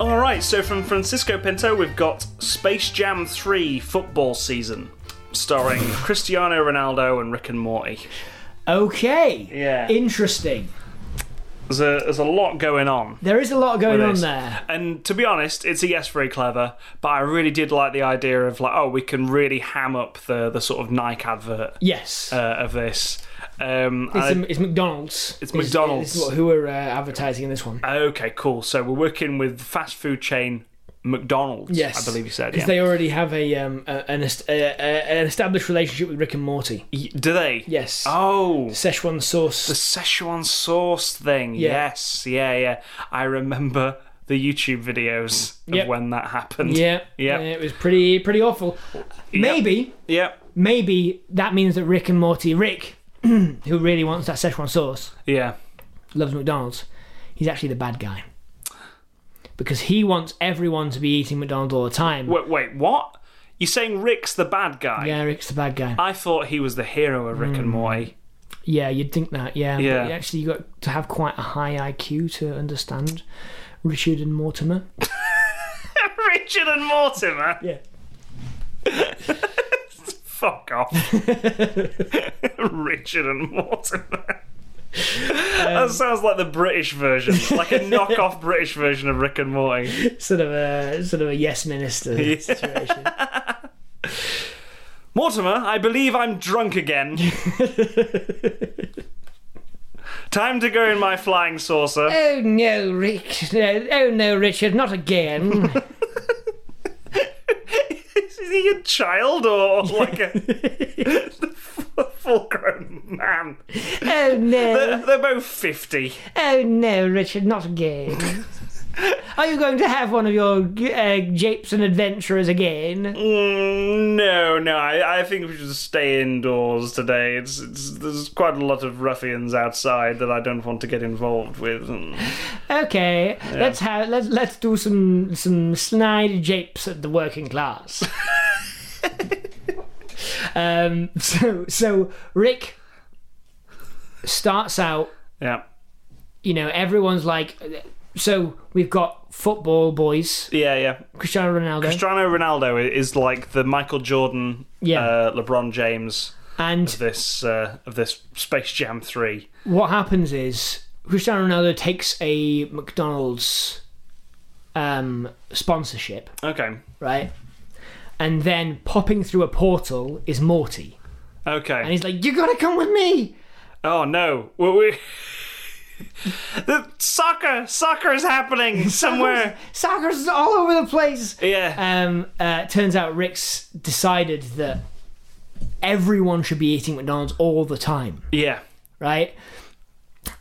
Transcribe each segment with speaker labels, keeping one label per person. Speaker 1: Right, so from Francisco Pinto, we've got Space Jam 3 Football Season, starring Cristiano Ronaldo and Rick and Morty.
Speaker 2: Okay.
Speaker 1: Yeah.
Speaker 2: Interesting.
Speaker 1: There's a, there's a lot going on.
Speaker 2: There is a lot going
Speaker 1: with
Speaker 2: on
Speaker 1: this.
Speaker 2: there.
Speaker 1: And to be honest, it's a yes, very clever, but I really did like the idea of like, oh, we can really ham up the, the sort of Nike advert
Speaker 2: Yes.
Speaker 1: uh, of this. Um,
Speaker 2: it's,
Speaker 1: and I-
Speaker 2: it's McDonald's.
Speaker 1: It's
Speaker 2: Is-
Speaker 1: McDonald's.
Speaker 2: is what- who are uh, advertising in this one?
Speaker 1: okay, cool. So we're working with fast food chain McDonald's,
Speaker 2: Yes.
Speaker 1: I believe you said.
Speaker 2: Because
Speaker 1: Yeah.
Speaker 2: they already have a, um, a, an, est- a, a an established relationship with Rick and Morty.
Speaker 1: Y- Do they?
Speaker 2: Yes.
Speaker 1: Oh.
Speaker 2: Szechuan
Speaker 1: The
Speaker 2: sauce.
Speaker 1: Szechuan sauce thing.
Speaker 2: Yeah.
Speaker 1: Yes. Yeah, yeah. I remember the YouTube videos of
Speaker 2: Yep.
Speaker 1: when that happened.
Speaker 2: Yeah.
Speaker 1: Yep.
Speaker 2: Uh, It was pretty pretty awful. Maybe
Speaker 1: Yep.
Speaker 2: maybe that means that Rick and Morty Rick, who really wants that Szechuan sauce,
Speaker 1: Yeah.
Speaker 2: loves McDonald's. He's actually the bad guy. Because he wants everyone to be eating McDonald's all the time.
Speaker 1: Wait, wait, what? You're saying Rick's the bad guy?
Speaker 2: Yeah, Hmm. Rick's the bad guy.
Speaker 1: I thought he was the hero of Rick and Morty.
Speaker 2: Yeah, you'd think that. Yeah, but
Speaker 1: Yeah.
Speaker 2: you actually, you got to have quite a high IQ to understand Richard and Mortimer.
Speaker 1: Richard and Mortimer?
Speaker 2: Yeah.
Speaker 1: Fuck off. Richard and Mortimer.
Speaker 2: Um,
Speaker 1: that sounds like the British version, like a knockoff British version of Rick and Morty.
Speaker 2: Sort of a sort of a yes minister situation.
Speaker 1: Mortimer, I believe I'm drunk again. Time to go in my flying saucer.
Speaker 2: oh no, Rick! No, oh no, Richard! Not again!
Speaker 1: Is he a child or like a full grown man?
Speaker 2: oh
Speaker 1: They're,
Speaker 2: no!
Speaker 1: they're both 50.
Speaker 2: Oh no, Richard! Not again! Are you going to have one of your uh, japes and adventurers again?
Speaker 1: Mm, no, no, I, I think we should stay indoors today. It's, it's There's quite a lot of ruffians outside that I don't want to get involved with. Mm.
Speaker 2: Okay, let's have let's let's do some some snide japes at the working class. um, so so Rick starts out
Speaker 1: Yeah.
Speaker 2: you know, everyone's like, so we've got football boys,
Speaker 1: Yeah, yeah.
Speaker 2: Cristiano Ronaldo,
Speaker 1: Cristiano Ronaldo i- is like the Michael Jordan,
Speaker 2: Yeah.
Speaker 1: uh, LeBron James
Speaker 2: and
Speaker 1: this uh, of this Space Jam 3.
Speaker 2: what happens is Cristiano Ronaldo takes a McDonald's um, sponsorship,
Speaker 1: Okay.
Speaker 2: right? And then popping through a portal is Morty, and
Speaker 1: Okay.
Speaker 2: he's like, "You gotta come with me."
Speaker 1: Oh, no. We. we... the soccer! Soccer is happening somewhere!
Speaker 2: Soccer's all over the place.
Speaker 1: Yeah.
Speaker 2: Um, uh, turns out Rick's decided that everyone should be eating McDonald's all the time.
Speaker 1: Yeah.
Speaker 2: right?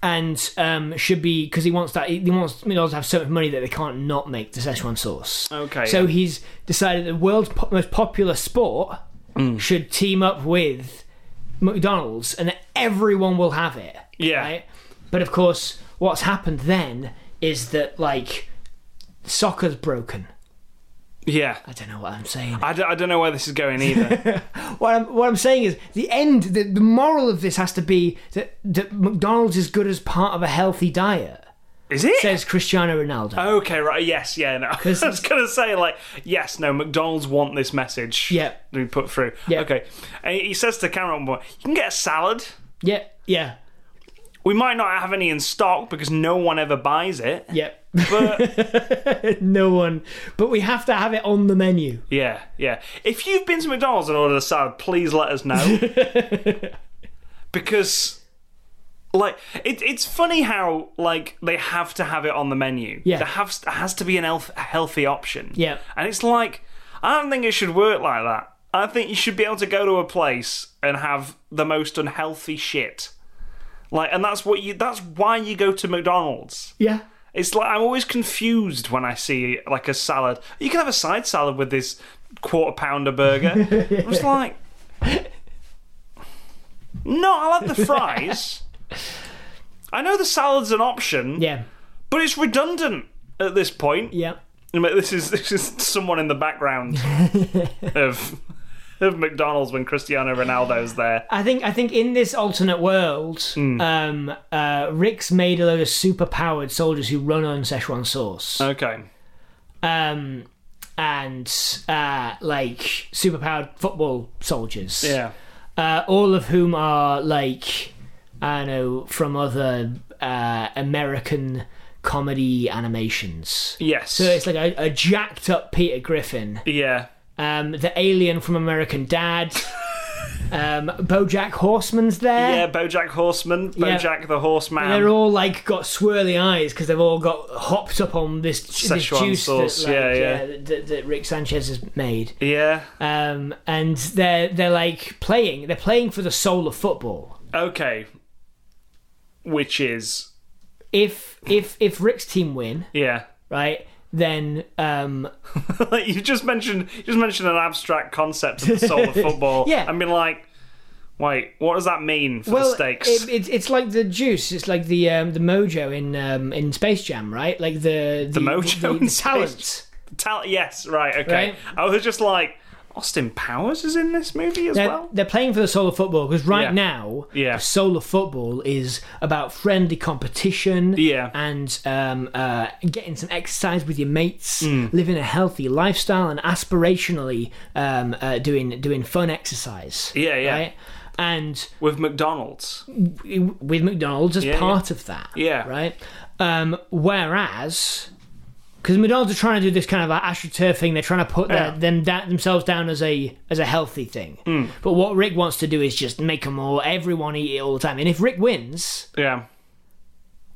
Speaker 2: And um, should be because he wants that he wants McDonald's to have so much money that they can't not make the Szechuan sauce.
Speaker 1: Okay.
Speaker 2: So
Speaker 1: yeah.
Speaker 2: he's decided the world's po- most popular sport should team up with McDonald's, and that everyone will have it.
Speaker 1: Yeah.
Speaker 2: Right? But of course, what's happened then is that like soccer's broken.
Speaker 1: Yeah.
Speaker 2: I don't know what I'm saying.
Speaker 1: I d- I don't know where this is going either.
Speaker 2: What I'm, what I'm saying is the end. The, the moral of this has to be that, that McDonald's is good as part of a healthy diet.
Speaker 1: is it?
Speaker 2: says Cristiano Ronaldo.
Speaker 1: okay, right. Yes, yeah. No. I was gonna say like, yes, no. McDonald's want this message.
Speaker 2: Yeah.
Speaker 1: to be put through.
Speaker 2: Yeah.
Speaker 1: Okay. And he says to Cameron, "Boy, you can get a salad.
Speaker 2: Yeah, yeah,
Speaker 1: We might not have any in stock because no one ever buys it.
Speaker 2: yeah.
Speaker 1: But
Speaker 2: no one. But we have to have it on the menu.
Speaker 1: yeah, yeah. If you've been to McDonald's and ordered a salad, please let us know. because." Like it, it's funny how like they have to have it on the menu.
Speaker 2: Yeah.
Speaker 1: there has has to be an health, healthy option.
Speaker 2: Yeah.
Speaker 1: And it's like, I don't think it should work like that. I think you should be able to go to a place and have the most unhealthy shit. Like, and that's what you, that's why you go to McDonald's.
Speaker 2: Yeah.
Speaker 1: It's like, I'm always confused when I see like a salad. You can have a side salad with this quarter pounder burger. I'm just like, no, I'll have the fries. I know the salad's an option,
Speaker 2: Yeah.
Speaker 1: but it's redundant at this point.
Speaker 2: Yeah.
Speaker 1: I mean, This is this is someone in the background of of McDonald's when Cristiano Ronaldo's there.
Speaker 2: I think I think in this alternate world, um, uh, Rick's made a load of super powered soldiers who run on Szechuan sauce.
Speaker 1: Okay.
Speaker 2: um, and uh, like superpowered football soldiers.
Speaker 1: Yeah.
Speaker 2: uh, all of whom are like I don't know from other uh, American comedy animations.
Speaker 1: Yes.
Speaker 2: So it's like a, a jacked up Peter Griffin,
Speaker 1: yeah.
Speaker 2: um, the alien from American Dad, um, BoJack Horseman's there.
Speaker 1: Yeah, um, Bojack Horseman,
Speaker 2: Yeah.
Speaker 1: Bojack the Horseman.
Speaker 2: And They're all like got swirly eyes because they've all got hopped up on this, this
Speaker 1: Szechuan
Speaker 2: juice
Speaker 1: sauce,
Speaker 2: that, like,
Speaker 1: yeah, yeah.
Speaker 2: that, that- that Rick Sanchez has made,
Speaker 1: yeah.
Speaker 2: um, and they're they're like playing. They're playing for the soul of football.
Speaker 1: Okay. Which is
Speaker 2: if if if Rick's team win,
Speaker 1: yeah.
Speaker 2: right, then um
Speaker 1: you just mentioned you just mentioned an abstract concept of the soul of football.
Speaker 2: Yeah.
Speaker 1: I mean like wait, what does that mean for
Speaker 2: well,
Speaker 1: the stakes?
Speaker 2: It, it's it's like the juice. It's like the um the mojo in um in Space Jam, right? Like the the,
Speaker 1: mojo
Speaker 2: the,
Speaker 1: in
Speaker 2: the
Speaker 1: Space
Speaker 2: talent.
Speaker 1: Tal- yes, right, okay.
Speaker 2: Right.
Speaker 1: I was just like Austin Powers is in this movie as
Speaker 2: They're,
Speaker 1: well.
Speaker 2: they're playing for the soul of football because right
Speaker 1: Yeah.
Speaker 2: now,
Speaker 1: Yeah.
Speaker 2: the soul of football is about friendly competition,
Speaker 1: Yeah.
Speaker 2: and um, uh, getting some exercise with your mates,
Speaker 1: Mm.
Speaker 2: living a healthy lifestyle, and aspirationally um, uh, doing doing fun exercise.
Speaker 1: Yeah, yeah.
Speaker 2: Right? And
Speaker 1: With McDonald's.
Speaker 2: with McDonald's as
Speaker 1: Yeah,
Speaker 2: part of that.
Speaker 1: Yeah.
Speaker 2: Right. Um, whereas, because McDonald's are trying to do this kind of like astroturfing, they're trying to put their,
Speaker 1: Yeah. Hmm.
Speaker 2: them da- themselves down as a as a healthy thing. But what Rick wants to do is just make them all everyone eat it all the time. And if Rick wins,
Speaker 1: Yeah.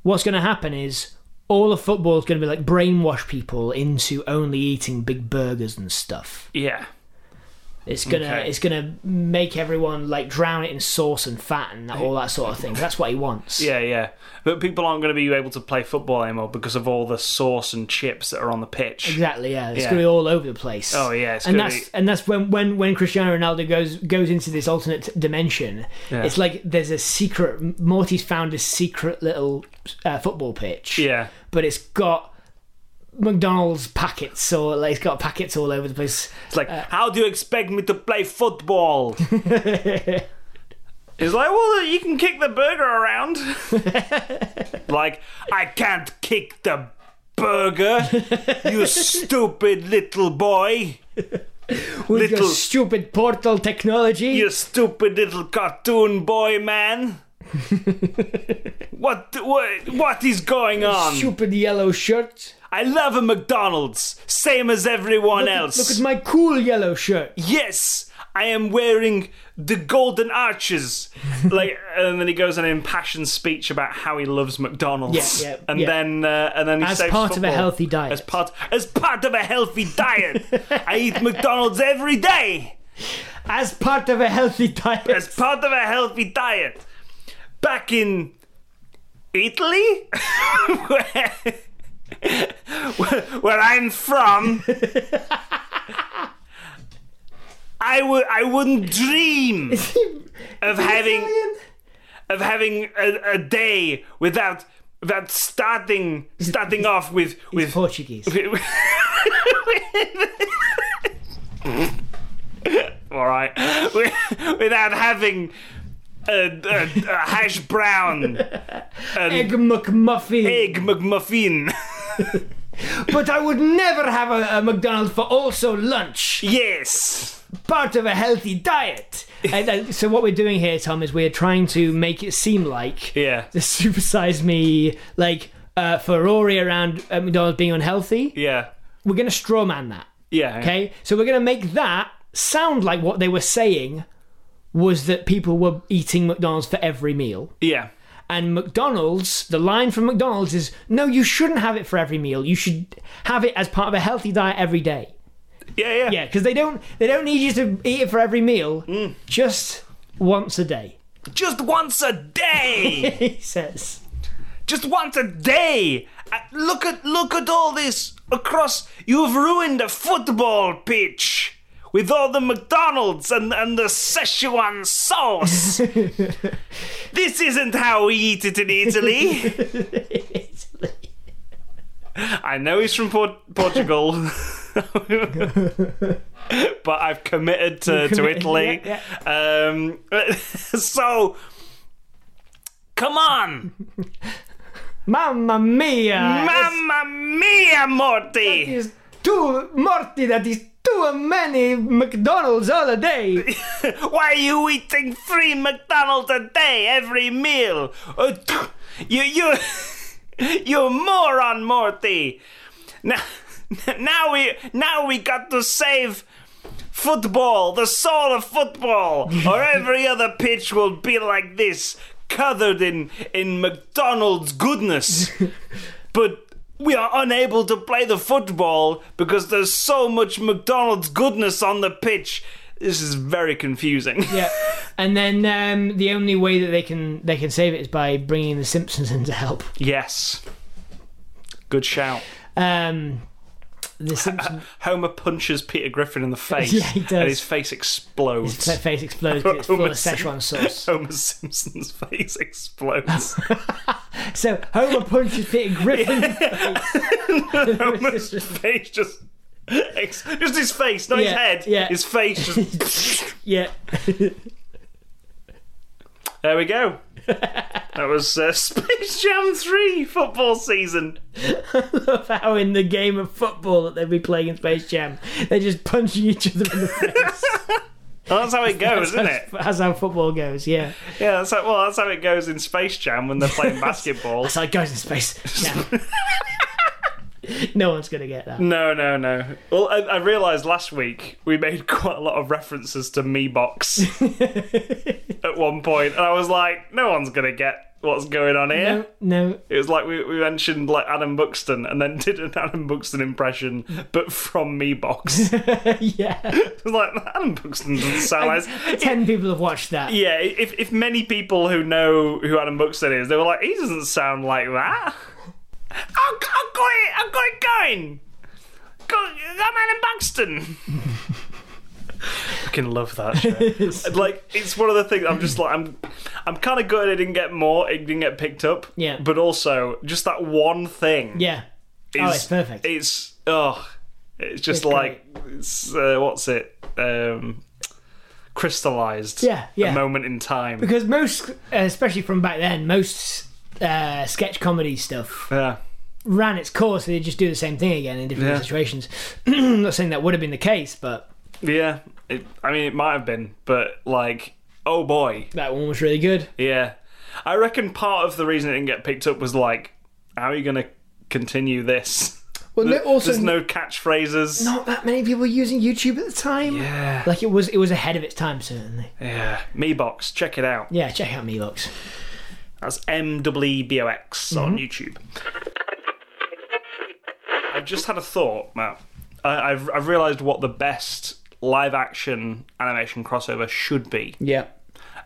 Speaker 2: what's going to happen is all of football is going to be like brainwash people into only eating big burgers and stuff.
Speaker 1: Yeah.
Speaker 2: It's gonna
Speaker 1: Okay.
Speaker 2: it's gonna make everyone like drown it in sauce and fat and all that sort of thing. That's what he wants.
Speaker 1: Yeah, yeah. But people aren't going to be able to play football anymore because of all the sauce and chips that are on the pitch.
Speaker 2: Exactly, yeah. It's
Speaker 1: Yeah.
Speaker 2: gonna be all over the place.
Speaker 1: Oh, yeah, it's
Speaker 2: and
Speaker 1: gonna
Speaker 2: that's and that's when, when when Cristiano Ronaldo goes goes into this alternate dimension.
Speaker 1: Yeah.
Speaker 2: It's like there's a secret. Morty's found a secret little uh, football pitch.
Speaker 1: Yeah.
Speaker 2: but it's got McDonald's packets or like it's got packets all over the place.
Speaker 1: It's like, how do you expect me to play football? It's like, well, you can kick the burger around. like, I can't kick the burger, you stupid little boy.
Speaker 2: With
Speaker 1: Little-
Speaker 2: your stupid portal technology.
Speaker 1: You stupid little cartoon boy, man. what, what what is going on?
Speaker 2: Stupid yellow shirt.
Speaker 1: I love a McDonald's, same as everyone else.
Speaker 2: Look at my cool yellow shirt.
Speaker 1: yes, I am wearing the golden arches. like, and then he goes on an impassioned speech about how he loves McDonald's.
Speaker 2: Yeah, yeah,
Speaker 1: and
Speaker 2: yeah.
Speaker 1: then uh, and then he
Speaker 2: As
Speaker 1: saves
Speaker 2: part of a
Speaker 1: football.
Speaker 2: healthy diet.
Speaker 1: As part as part of a healthy diet, I eat McDonald's every day.
Speaker 2: As part of a healthy diet.
Speaker 1: As part of a healthy diet. Back in Italy, where, where- where I'm from, I would I wouldn't dream of having
Speaker 2: Italian?
Speaker 1: of having a, a day without without starting starting off with with
Speaker 2: Portuguese.
Speaker 1: um, all right without having a, a, a hash brown
Speaker 2: Egg McMuffin.
Speaker 1: egg McMuffin.
Speaker 2: But I would never have a, a McDonald's for also lunch,
Speaker 1: yes.
Speaker 2: part of a healthy diet. And, uh, so what we're doing here, Tom, is we're trying to make it seem like
Speaker 1: Yeah.
Speaker 2: the supersize me, like uh, Ferrari around uh, McDonald's being unhealthy.
Speaker 1: Yeah.
Speaker 2: We're gonna strawman that,
Speaker 1: Yeah.
Speaker 2: okay? So we're gonna make that sound like what they were saying was that people were eating McDonald's for every meal.
Speaker 1: Yeah.
Speaker 2: And McDonald's, the line from McDonald's is no, you shouldn't have it for every meal. You should have it as part of a healthy diet every day.
Speaker 1: Yeah. Yeah.
Speaker 2: Yeah, because they don't they don't need you to eat it for every meal, just once a day.
Speaker 1: Just once a day.
Speaker 2: He says.
Speaker 1: Just once a day. Uh, Look at look at all this across. You've ruined a football pitch with all the McDonald's and and the Szechuan sauce. this isn't how we eat it in Italy. I know he's from Port- Portugal. but I've committed to, to
Speaker 2: committed,
Speaker 1: Italy.
Speaker 2: yeah,
Speaker 1: Um, so, come on.
Speaker 2: Mamma mia!
Speaker 1: Mamma mia, Morty!
Speaker 2: It's- too, Morty, that is too many McDonald's all a day.
Speaker 1: Why are you eating three McDonald's a day every meal? Uh, t- you you you moron, Morty. Now now we now we got to save football, the soul of football, or every other pitch will be like this, covered in in McDonald's goodness. but we are unable to play the football because there's so much McDonald's goodness on the pitch. This is very confusing.
Speaker 2: yeah, and then um, the only way that they can they can save it is by bringing the Simpsons in to help.
Speaker 1: yes. Good shout.
Speaker 2: Um, the Simpsons,
Speaker 1: Homer punches Peter Griffin in the face,
Speaker 2: Yeah, he does.
Speaker 1: and his face explodes.
Speaker 2: their face explodes 'cause it's full of
Speaker 1: Homer
Speaker 2: Szechuan sauce.
Speaker 1: Homer Simpson's face explodes.
Speaker 2: So Homer punches Peter Griffin. in the
Speaker 1: Homer's
Speaker 2: face.
Speaker 1: face just. Ex- just his face, not his
Speaker 2: Yeah,
Speaker 1: head.
Speaker 2: yeah.
Speaker 1: His face just.
Speaker 2: yeah,
Speaker 1: There we go. That was uh, Space Jam 3 football season.
Speaker 2: love how in the game of football that they'd be playing in Space Jam, they're just punching each other in the face.
Speaker 1: Well, that's how it goes, isn't it?
Speaker 2: That's, that's how football goes. Yeah,
Speaker 1: Yeah, that's how, well, that's how it goes in Space Jam when they're playing basketball.
Speaker 2: that's how it goes in space. Yeah. no one's gonna get that.
Speaker 1: No, no, no. Well, I, I realised last week we made quite a lot of references to Meebox at one point, and I was like, no one's going to get what's going on here.
Speaker 2: No, no,
Speaker 1: It was like we, we mentioned like Adam Buxton and then did an Adam Buxton impression, but from Meebox. it
Speaker 2: yeah.
Speaker 1: was like, Adam Buxton doesn't sound like...
Speaker 2: Ten people have watched that.
Speaker 1: Yeah, if if many people who know who Adam Buxton is, they were like, he doesn't sound like that. I'll, I'll got it. I've got it going. Go, I'm Adam Buxton. Fucking love that. Show. like, it's one of the things. I'm just like, I'm, I'm kind of gutted it didn't get more. It didn't get picked up.
Speaker 2: Yeah.
Speaker 1: But also, just that one thing.
Speaker 2: Yeah.
Speaker 1: Is,
Speaker 2: oh, it's perfect.
Speaker 1: It's oh, it's just
Speaker 2: It's
Speaker 1: like it's uh, what's it um, crystallized.
Speaker 2: Yeah, yeah.
Speaker 1: A moment in time.
Speaker 2: because most, uh, especially from back then, most uh, sketch comedy stuff
Speaker 1: Yeah.
Speaker 2: ran its course. They just do the same thing again in different
Speaker 1: Yeah.
Speaker 2: situations. I'm not saying that would have been the case, but
Speaker 1: Yeah. It, I mean, it might have been, but like, oh boy.
Speaker 2: that one was really good.
Speaker 1: Yeah. I reckon part of the reason it didn't get picked up was like, how are you going to continue this?
Speaker 2: Well, no, also
Speaker 1: There's no catchphrases.
Speaker 2: not that many people were using YouTube at the time.
Speaker 1: Yeah.
Speaker 2: Like it was, it was ahead of its time certainly.
Speaker 1: Yeah. Mebox, check it out.
Speaker 2: Yeah, check out Meebox.
Speaker 1: That's M W E B O X
Speaker 2: Mm-hmm.
Speaker 1: on YouTube. I've just had a thought, Matt. I, I've, I've realised what the best live action animation crossover should be.
Speaker 2: Yeah,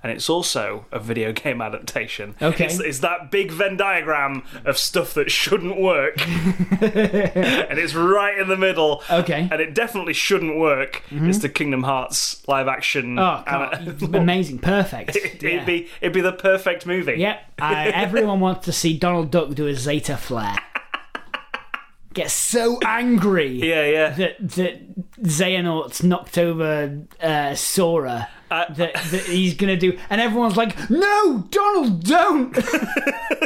Speaker 1: and it's also a video game adaptation.
Speaker 2: Okay.
Speaker 1: It's, it's that big Venn diagram of stuff that shouldn't work. and it's right in the middle.
Speaker 2: Okay. Mm-hmm.
Speaker 1: And it definitely shouldn't work. It's the Kingdom Hearts live action.
Speaker 2: Oh,
Speaker 1: ana-
Speaker 2: God. amazing, perfect.
Speaker 1: It,
Speaker 2: yeah.
Speaker 1: would be it'd be the perfect movie.
Speaker 2: Yep, I, everyone wants to see Donald Duck do a Zeta flare. Gets so angry
Speaker 1: Yeah, yeah.
Speaker 2: that that Xehanort's knocked over uh, Sora
Speaker 1: I-
Speaker 2: that, that he's gonna do, and everyone's like, "No, Donald, don't!" and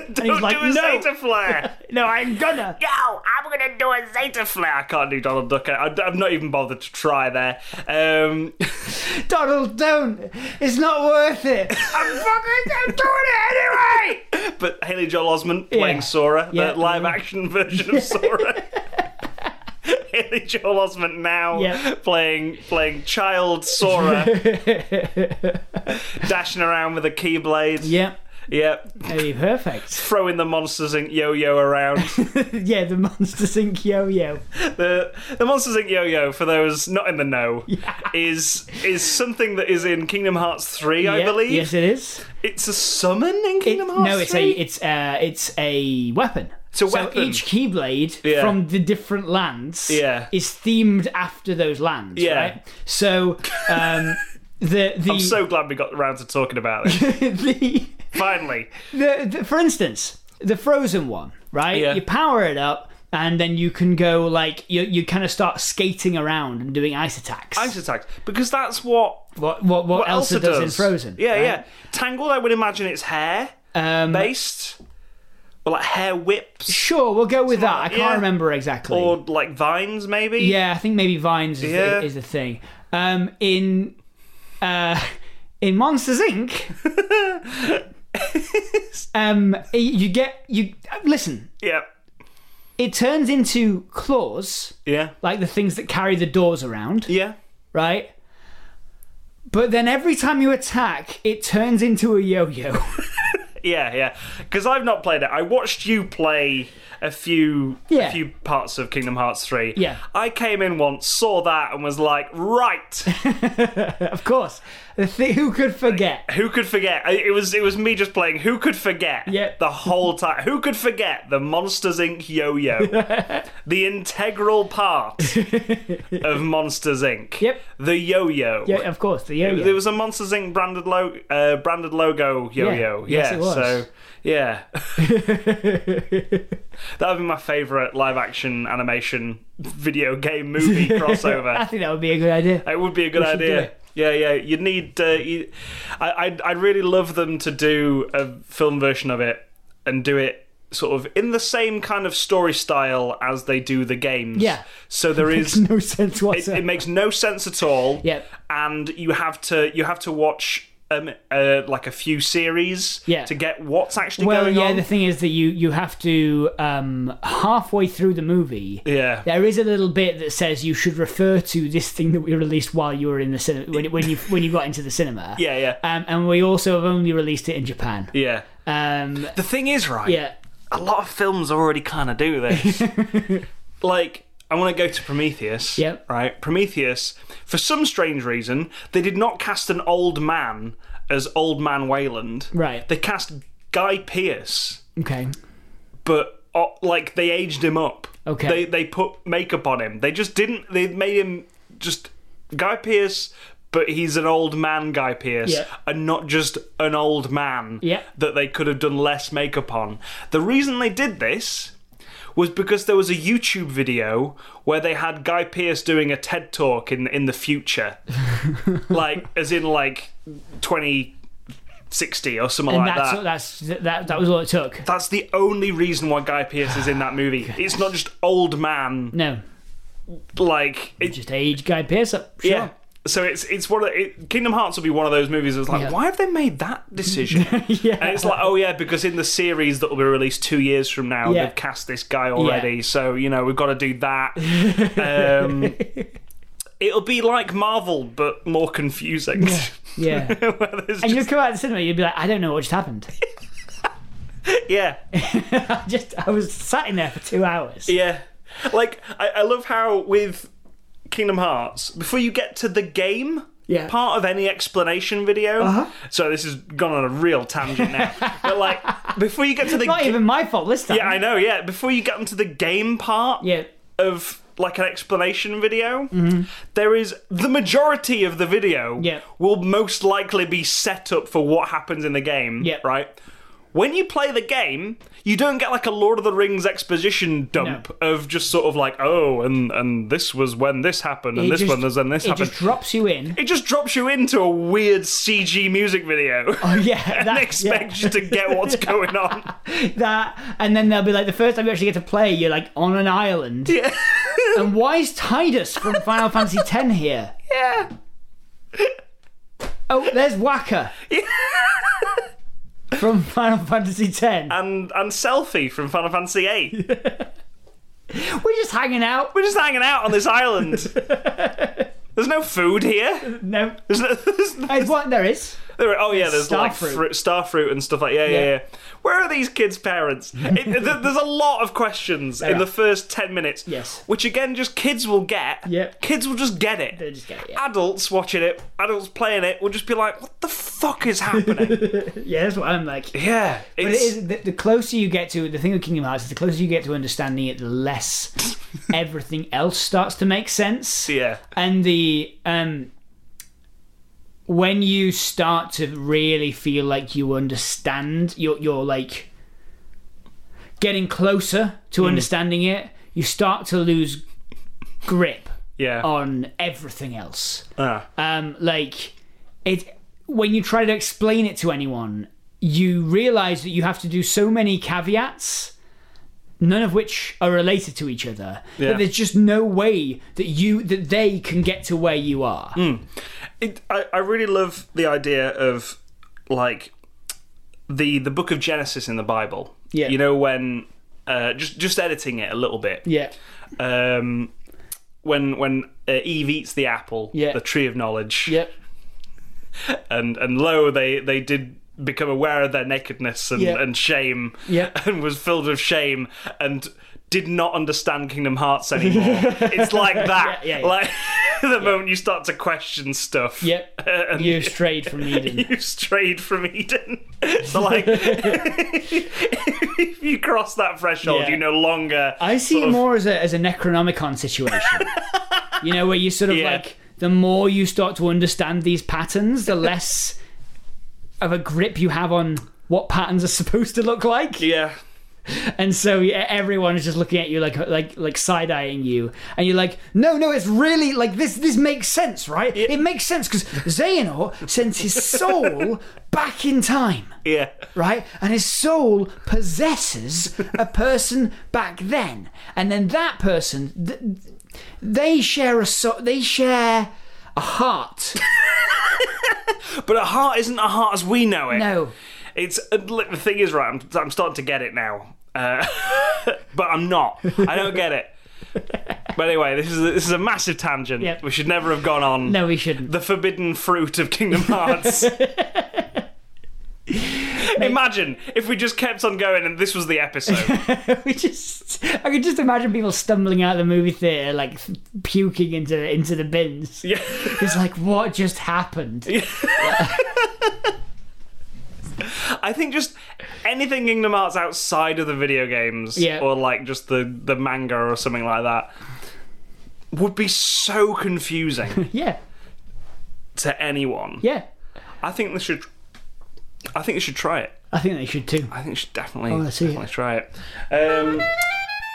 Speaker 2: he's
Speaker 1: Don't
Speaker 2: like,
Speaker 1: do a
Speaker 2: "No,
Speaker 1: Zeta flare.
Speaker 2: no, I'm gonna."
Speaker 1: Yo, I'm gonna do a Zeta flare. I can't do Donald Duck. I, I'm not even bothered to try there. Um,
Speaker 2: Donald, don't! It's not worth it.
Speaker 1: I'm fucking doing it anyway. But Haley Joel Osment playing
Speaker 2: Yeah.
Speaker 1: Sora,
Speaker 2: Yeah.
Speaker 1: the live action version of Sora. Haley Joel Osment now
Speaker 2: Yeah.
Speaker 1: playing playing child Sora, dashing around with a keyblade.
Speaker 2: yep,
Speaker 1: Yep.
Speaker 2: that'd be perfect.
Speaker 1: Throwing the Monsters Inc. yo-yo around.
Speaker 2: yeah, the Monster Sync yo-yo.
Speaker 1: the the Monsters Inc. yo-yo, for those not in the know, is is something that is in Kingdom Hearts three, I
Speaker 2: Yep,
Speaker 1: believe.
Speaker 2: Yes, it is.
Speaker 1: It's a summon in
Speaker 2: It-
Speaker 1: Kingdom Hearts.
Speaker 2: no, it's
Speaker 1: 3?
Speaker 2: a it's uh it's a weapon.
Speaker 1: a
Speaker 2: so
Speaker 1: weapon.
Speaker 2: each keyblade
Speaker 1: Yeah.
Speaker 2: from the different lands
Speaker 1: Yeah.
Speaker 2: is themed after those lands,
Speaker 1: Yeah.
Speaker 2: right? So um the the
Speaker 1: I'm so glad we got around to talking about it.
Speaker 2: the,
Speaker 1: Finally.
Speaker 2: the, the for instance, the frozen one, right?
Speaker 1: Yeah.
Speaker 2: You power it up and then you can go like you you kind of start skating around and doing ice attacks.
Speaker 1: Ice attacks. Because that's what,
Speaker 2: what what what,
Speaker 1: what
Speaker 2: Elsa,
Speaker 1: Elsa
Speaker 2: does in Frozen.
Speaker 1: Yeah,
Speaker 2: right?
Speaker 1: yeah. Tangled, I would imagine it's hair
Speaker 2: Um,
Speaker 1: based. or like hair whips
Speaker 2: Sure, we'll go with that. I can't
Speaker 1: yeah.
Speaker 2: remember exactly.
Speaker 1: or like vines, maybe.
Speaker 2: Yeah, I think maybe vines is,
Speaker 1: Yeah.
Speaker 2: the, is the thing. Um, in uh, in Monsters Inc. um, you get you listen.
Speaker 1: yeah,
Speaker 2: It turns into claws,
Speaker 1: yeah,
Speaker 2: like the things that carry the doors around,
Speaker 1: yeah.
Speaker 2: right? But then every time you attack, it turns into a yo-yo.
Speaker 1: Yeah, yeah. Because I've not played it. I watched you play a few
Speaker 2: Yeah.
Speaker 1: a few parts of Kingdom Hearts 3.
Speaker 2: Yeah.
Speaker 1: I came in once, saw that, and was like, right,
Speaker 2: of course, the thi- who could forget?
Speaker 1: who could forget? I- It was it was me just playing who could forget
Speaker 2: Yeah.
Speaker 1: the whole time. who could forget the Monsters Inc. yo-yo? the integral part of Monsters Inc.
Speaker 2: Yep.
Speaker 1: The yo-yo.
Speaker 2: Yeah, of course, the yo-yo.
Speaker 1: There was a Monsters Inc. branded logo, uh, branded logo yo-yo.
Speaker 2: Yeah. Yes,
Speaker 1: yeah,
Speaker 2: it was.
Speaker 1: so yeah, that would be my favorite live-action animation video game movie
Speaker 2: I
Speaker 1: crossover.
Speaker 2: think that would be a good idea.
Speaker 1: It would be a good
Speaker 2: should do
Speaker 1: idea.
Speaker 2: it.
Speaker 1: Yeah, yeah. You'd need. Uh, you, I, I'd, I'd really love them to do a film version of it and do it sort of in the same kind of story style as they do the games.
Speaker 2: Yeah.
Speaker 1: So there
Speaker 2: Makes
Speaker 1: is.
Speaker 2: no sense
Speaker 1: It,
Speaker 2: whatsoever.
Speaker 1: it makes no sense at all.
Speaker 2: Yep.
Speaker 1: And you have to you have to watch um uh, like a few series
Speaker 2: Yeah.
Speaker 1: to get what's actually
Speaker 2: well,
Speaker 1: going
Speaker 2: yeah,
Speaker 1: on.
Speaker 2: the thing is that you you have to um, halfway through the movie.
Speaker 1: yeah.
Speaker 2: There is a little bit that says you should refer to this thing that we released while you were in the cinema when, when you when you got into the cinema.
Speaker 1: Yeah, yeah.
Speaker 2: Um, and we also have only released it in Japan.
Speaker 1: Yeah.
Speaker 2: Um,
Speaker 1: The thing is, right?
Speaker 2: yeah,
Speaker 1: A lot of films already kind of do this. like I want to go to Prometheus.
Speaker 2: Yep.
Speaker 1: Right? Prometheus, for some strange reason, they did not cast an old man as Old Man Wayland.
Speaker 2: Right.
Speaker 1: They cast Guy Pearce,
Speaker 2: okay.
Speaker 1: but uh, like they aged him up.
Speaker 2: Okay.
Speaker 1: They they put makeup on him. They just didn't. They made him just Guy Pearce, but he's an old man, Guy Pearce,
Speaker 2: Yeah.
Speaker 1: and not just an old man.
Speaker 2: Yeah.
Speaker 1: That they could have done less makeup on. The reason they did this was because there was a YouTube video where they had Guy Pearce doing a TED talk in in the future, like as in like twenty sixty or something
Speaker 2: And
Speaker 1: like
Speaker 2: that's
Speaker 1: that.
Speaker 2: that's that that was all it took.
Speaker 1: That's the only reason why Guy Pearce is in that movie. It's not just old man,
Speaker 2: No,
Speaker 1: like it,
Speaker 2: just age Guy Pearce up. Sure.
Speaker 1: yeah. So it's it's one of the- it, Kingdom Hearts will be one of those movies that's like,
Speaker 2: Yeah.
Speaker 1: why have they made that decision?
Speaker 2: Yeah.
Speaker 1: And it's like, oh yeah, because in the series that will be released two years from now,
Speaker 2: Yeah.
Speaker 1: they've cast this guy already. So you know we've got to do that. Um, it'll be like Marvel, but more confusing.
Speaker 2: yeah.
Speaker 1: Where there's
Speaker 2: And
Speaker 1: just-
Speaker 2: you'll come out of the cinema, you'll be like, I don't know what just happened.
Speaker 1: yeah,
Speaker 2: I just I was sat in there for two hours.
Speaker 1: Yeah. Like, I, I love how with Kingdom Hearts, before you get to the game
Speaker 2: Yeah. Uh-huh.
Speaker 1: part of any explanation video, so this has gone on a real tangent now, but like, before you get to the
Speaker 2: Not
Speaker 1: ga-
Speaker 2: even my fault this time.
Speaker 1: yeah, I know, yeah, before you get onto the game part
Speaker 2: Yeah.
Speaker 1: of like an explanation video, there is the majority of the video
Speaker 2: Mm-hmm. Yeah.
Speaker 1: will most likely be set up for what happens in the game,
Speaker 2: Yeah.
Speaker 1: right? When you play the game, you don't get like a Lord of the Rings exposition dump of just sort of like, oh, and and this was when this happened, and
Speaker 2: It
Speaker 1: this
Speaker 2: just-
Speaker 1: one was when this
Speaker 2: it
Speaker 1: happened.
Speaker 2: just drops you in.
Speaker 1: it just drops you into a weird CG music video
Speaker 2: yeah, Um,
Speaker 1: and
Speaker 2: that,
Speaker 1: expects you to get what's going on.
Speaker 2: yeah, that, and then they'll be like, the first time you actually get to play, you're like on an island.
Speaker 1: Yeah.
Speaker 2: And why is Titus from Final Fantasy X here?
Speaker 1: yeah.
Speaker 2: Oh, there's Waka from Final Fantasy X.
Speaker 1: And and selfie from Final Fantasy VIII.
Speaker 2: We're just hanging out.
Speaker 1: We're just hanging out on this island. there's no food here.
Speaker 2: No,
Speaker 1: There's no, there's no-
Speaker 2: there's what there is.
Speaker 1: there are- oh yeah, there's like
Speaker 2: Starfruit.
Speaker 1: fruit, starfruit and stuff like yeah, yeah,
Speaker 2: Yeah.
Speaker 1: yeah. Where are these kids' parents? It, th- there's a lot of questions in
Speaker 2: are.
Speaker 1: the first ten minutes.
Speaker 2: Yes.
Speaker 1: Which again, just kids will get.
Speaker 2: Yep.
Speaker 1: Kids will just get it.
Speaker 2: They just get
Speaker 1: Uh,
Speaker 2: it, yeah.
Speaker 1: Adults watching it, adults playing it, will just be like, "What the fuck is happening?"
Speaker 2: Yeah, that's what I'm like.
Speaker 1: yeah. It's,
Speaker 2: But it is the, the closer you get to the thing with Kingdom Hearts, is the closer you get to understanding it, the less everything else starts to make sense.
Speaker 1: Yeah.
Speaker 2: and the um when you start to really feel like you understand you're you're like getting closer to understanding it you start to lose grip
Speaker 1: Yeah.
Speaker 2: on everything else
Speaker 1: Ah.
Speaker 2: um like it when you try to explain it to anyone you realize that you have to do so many caveats none of which are related to each other
Speaker 1: Yeah.
Speaker 2: that there's just no way that you that they can get to where you are
Speaker 1: Mm. it, I, I really love the idea of like the the book of Genesis in the Bible.
Speaker 2: Yeah.
Speaker 1: You know when uh, just just editing it a little bit.
Speaker 2: yeah
Speaker 1: Um, when when uh, Eve eats the apple,
Speaker 2: Yeah.
Speaker 1: the tree of knowledge,
Speaker 2: yep
Speaker 1: and and lo, they they did become aware of their nakedness and,
Speaker 2: Yeah.
Speaker 1: and shame,
Speaker 2: Yeah.
Speaker 1: and was filled with shame and did not understand Kingdom Hearts anymore. it's like that,
Speaker 2: Yeah, yeah, yeah.
Speaker 1: like the moment you start to question stuff,
Speaker 2: yep
Speaker 1: and
Speaker 2: you've strayed from eden
Speaker 1: you strayed from Eden. So, like, if you cross that threshold,
Speaker 2: Yeah.
Speaker 1: you no longer.
Speaker 2: I see
Speaker 1: sort
Speaker 2: it
Speaker 1: of-
Speaker 2: more as a as a Necronomicon situation. you know, where you sort of
Speaker 1: Yeah.
Speaker 2: like the more you start to understand these patterns, the less of a grip you have on what patterns are supposed to look like.
Speaker 1: Yeah.
Speaker 2: And so yeah, everyone is just looking at you like like like side eyeing you, and you're like, no, no, it's really like this. This makes sense, right? It makes sense because Xehanort sends his soul back in time
Speaker 1: Yeah.
Speaker 2: right? And his soul possesses a person back then, and then that person, th- they share a so- they share a heart.
Speaker 1: But a heart isn't a heart as we know it.
Speaker 2: No,
Speaker 1: It's. uh, Look, the thing is, right, I'm, I'm starting to get it now. Uh, but I'm not. I don't get it. But anyway, this is this is a massive tangent.
Speaker 2: Yep.
Speaker 1: We should never have gone on.
Speaker 2: no, we shouldn't.
Speaker 1: The forbidden fruit of Kingdom Hearts. Imagine if we just kept on going and this was the episode.
Speaker 2: we just, I could just imagine people stumbling out of the movie theater like puking into into the bins.
Speaker 1: Yeah.
Speaker 2: It's like what just happened?
Speaker 1: I think just anything Kingdom Hearts outside of the video games
Speaker 2: Yeah.
Speaker 1: or like just the, the manga or something like that would be so confusing
Speaker 2: Yeah,
Speaker 1: to anyone.
Speaker 2: yeah.
Speaker 1: I think they should I think they should try it.
Speaker 2: I think they should too.
Speaker 1: I think you should definitely,
Speaker 2: Oh, I see.
Speaker 1: definitely try it. Um,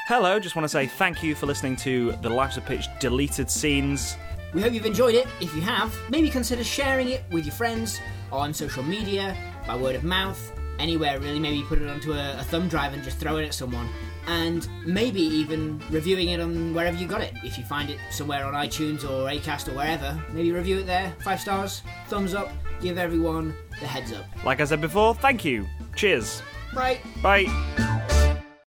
Speaker 1: hello, just want to say thank you for listening to the Lives of Pitch deleted scenes.
Speaker 3: We hope you've enjoyed it. If you have, maybe consider sharing it with your friends on social media, by word of mouth, anywhere really. Maybe put it onto a, a thumb drive and just throw it at someone. And maybe even reviewing it on wherever you got it. If you find it somewhere on iTunes or Acast or wherever, maybe review it there. Five stars, thumbs up, give everyone the heads up.
Speaker 1: Like I said before, thank you. Cheers.
Speaker 3: Right.
Speaker 1: Bye.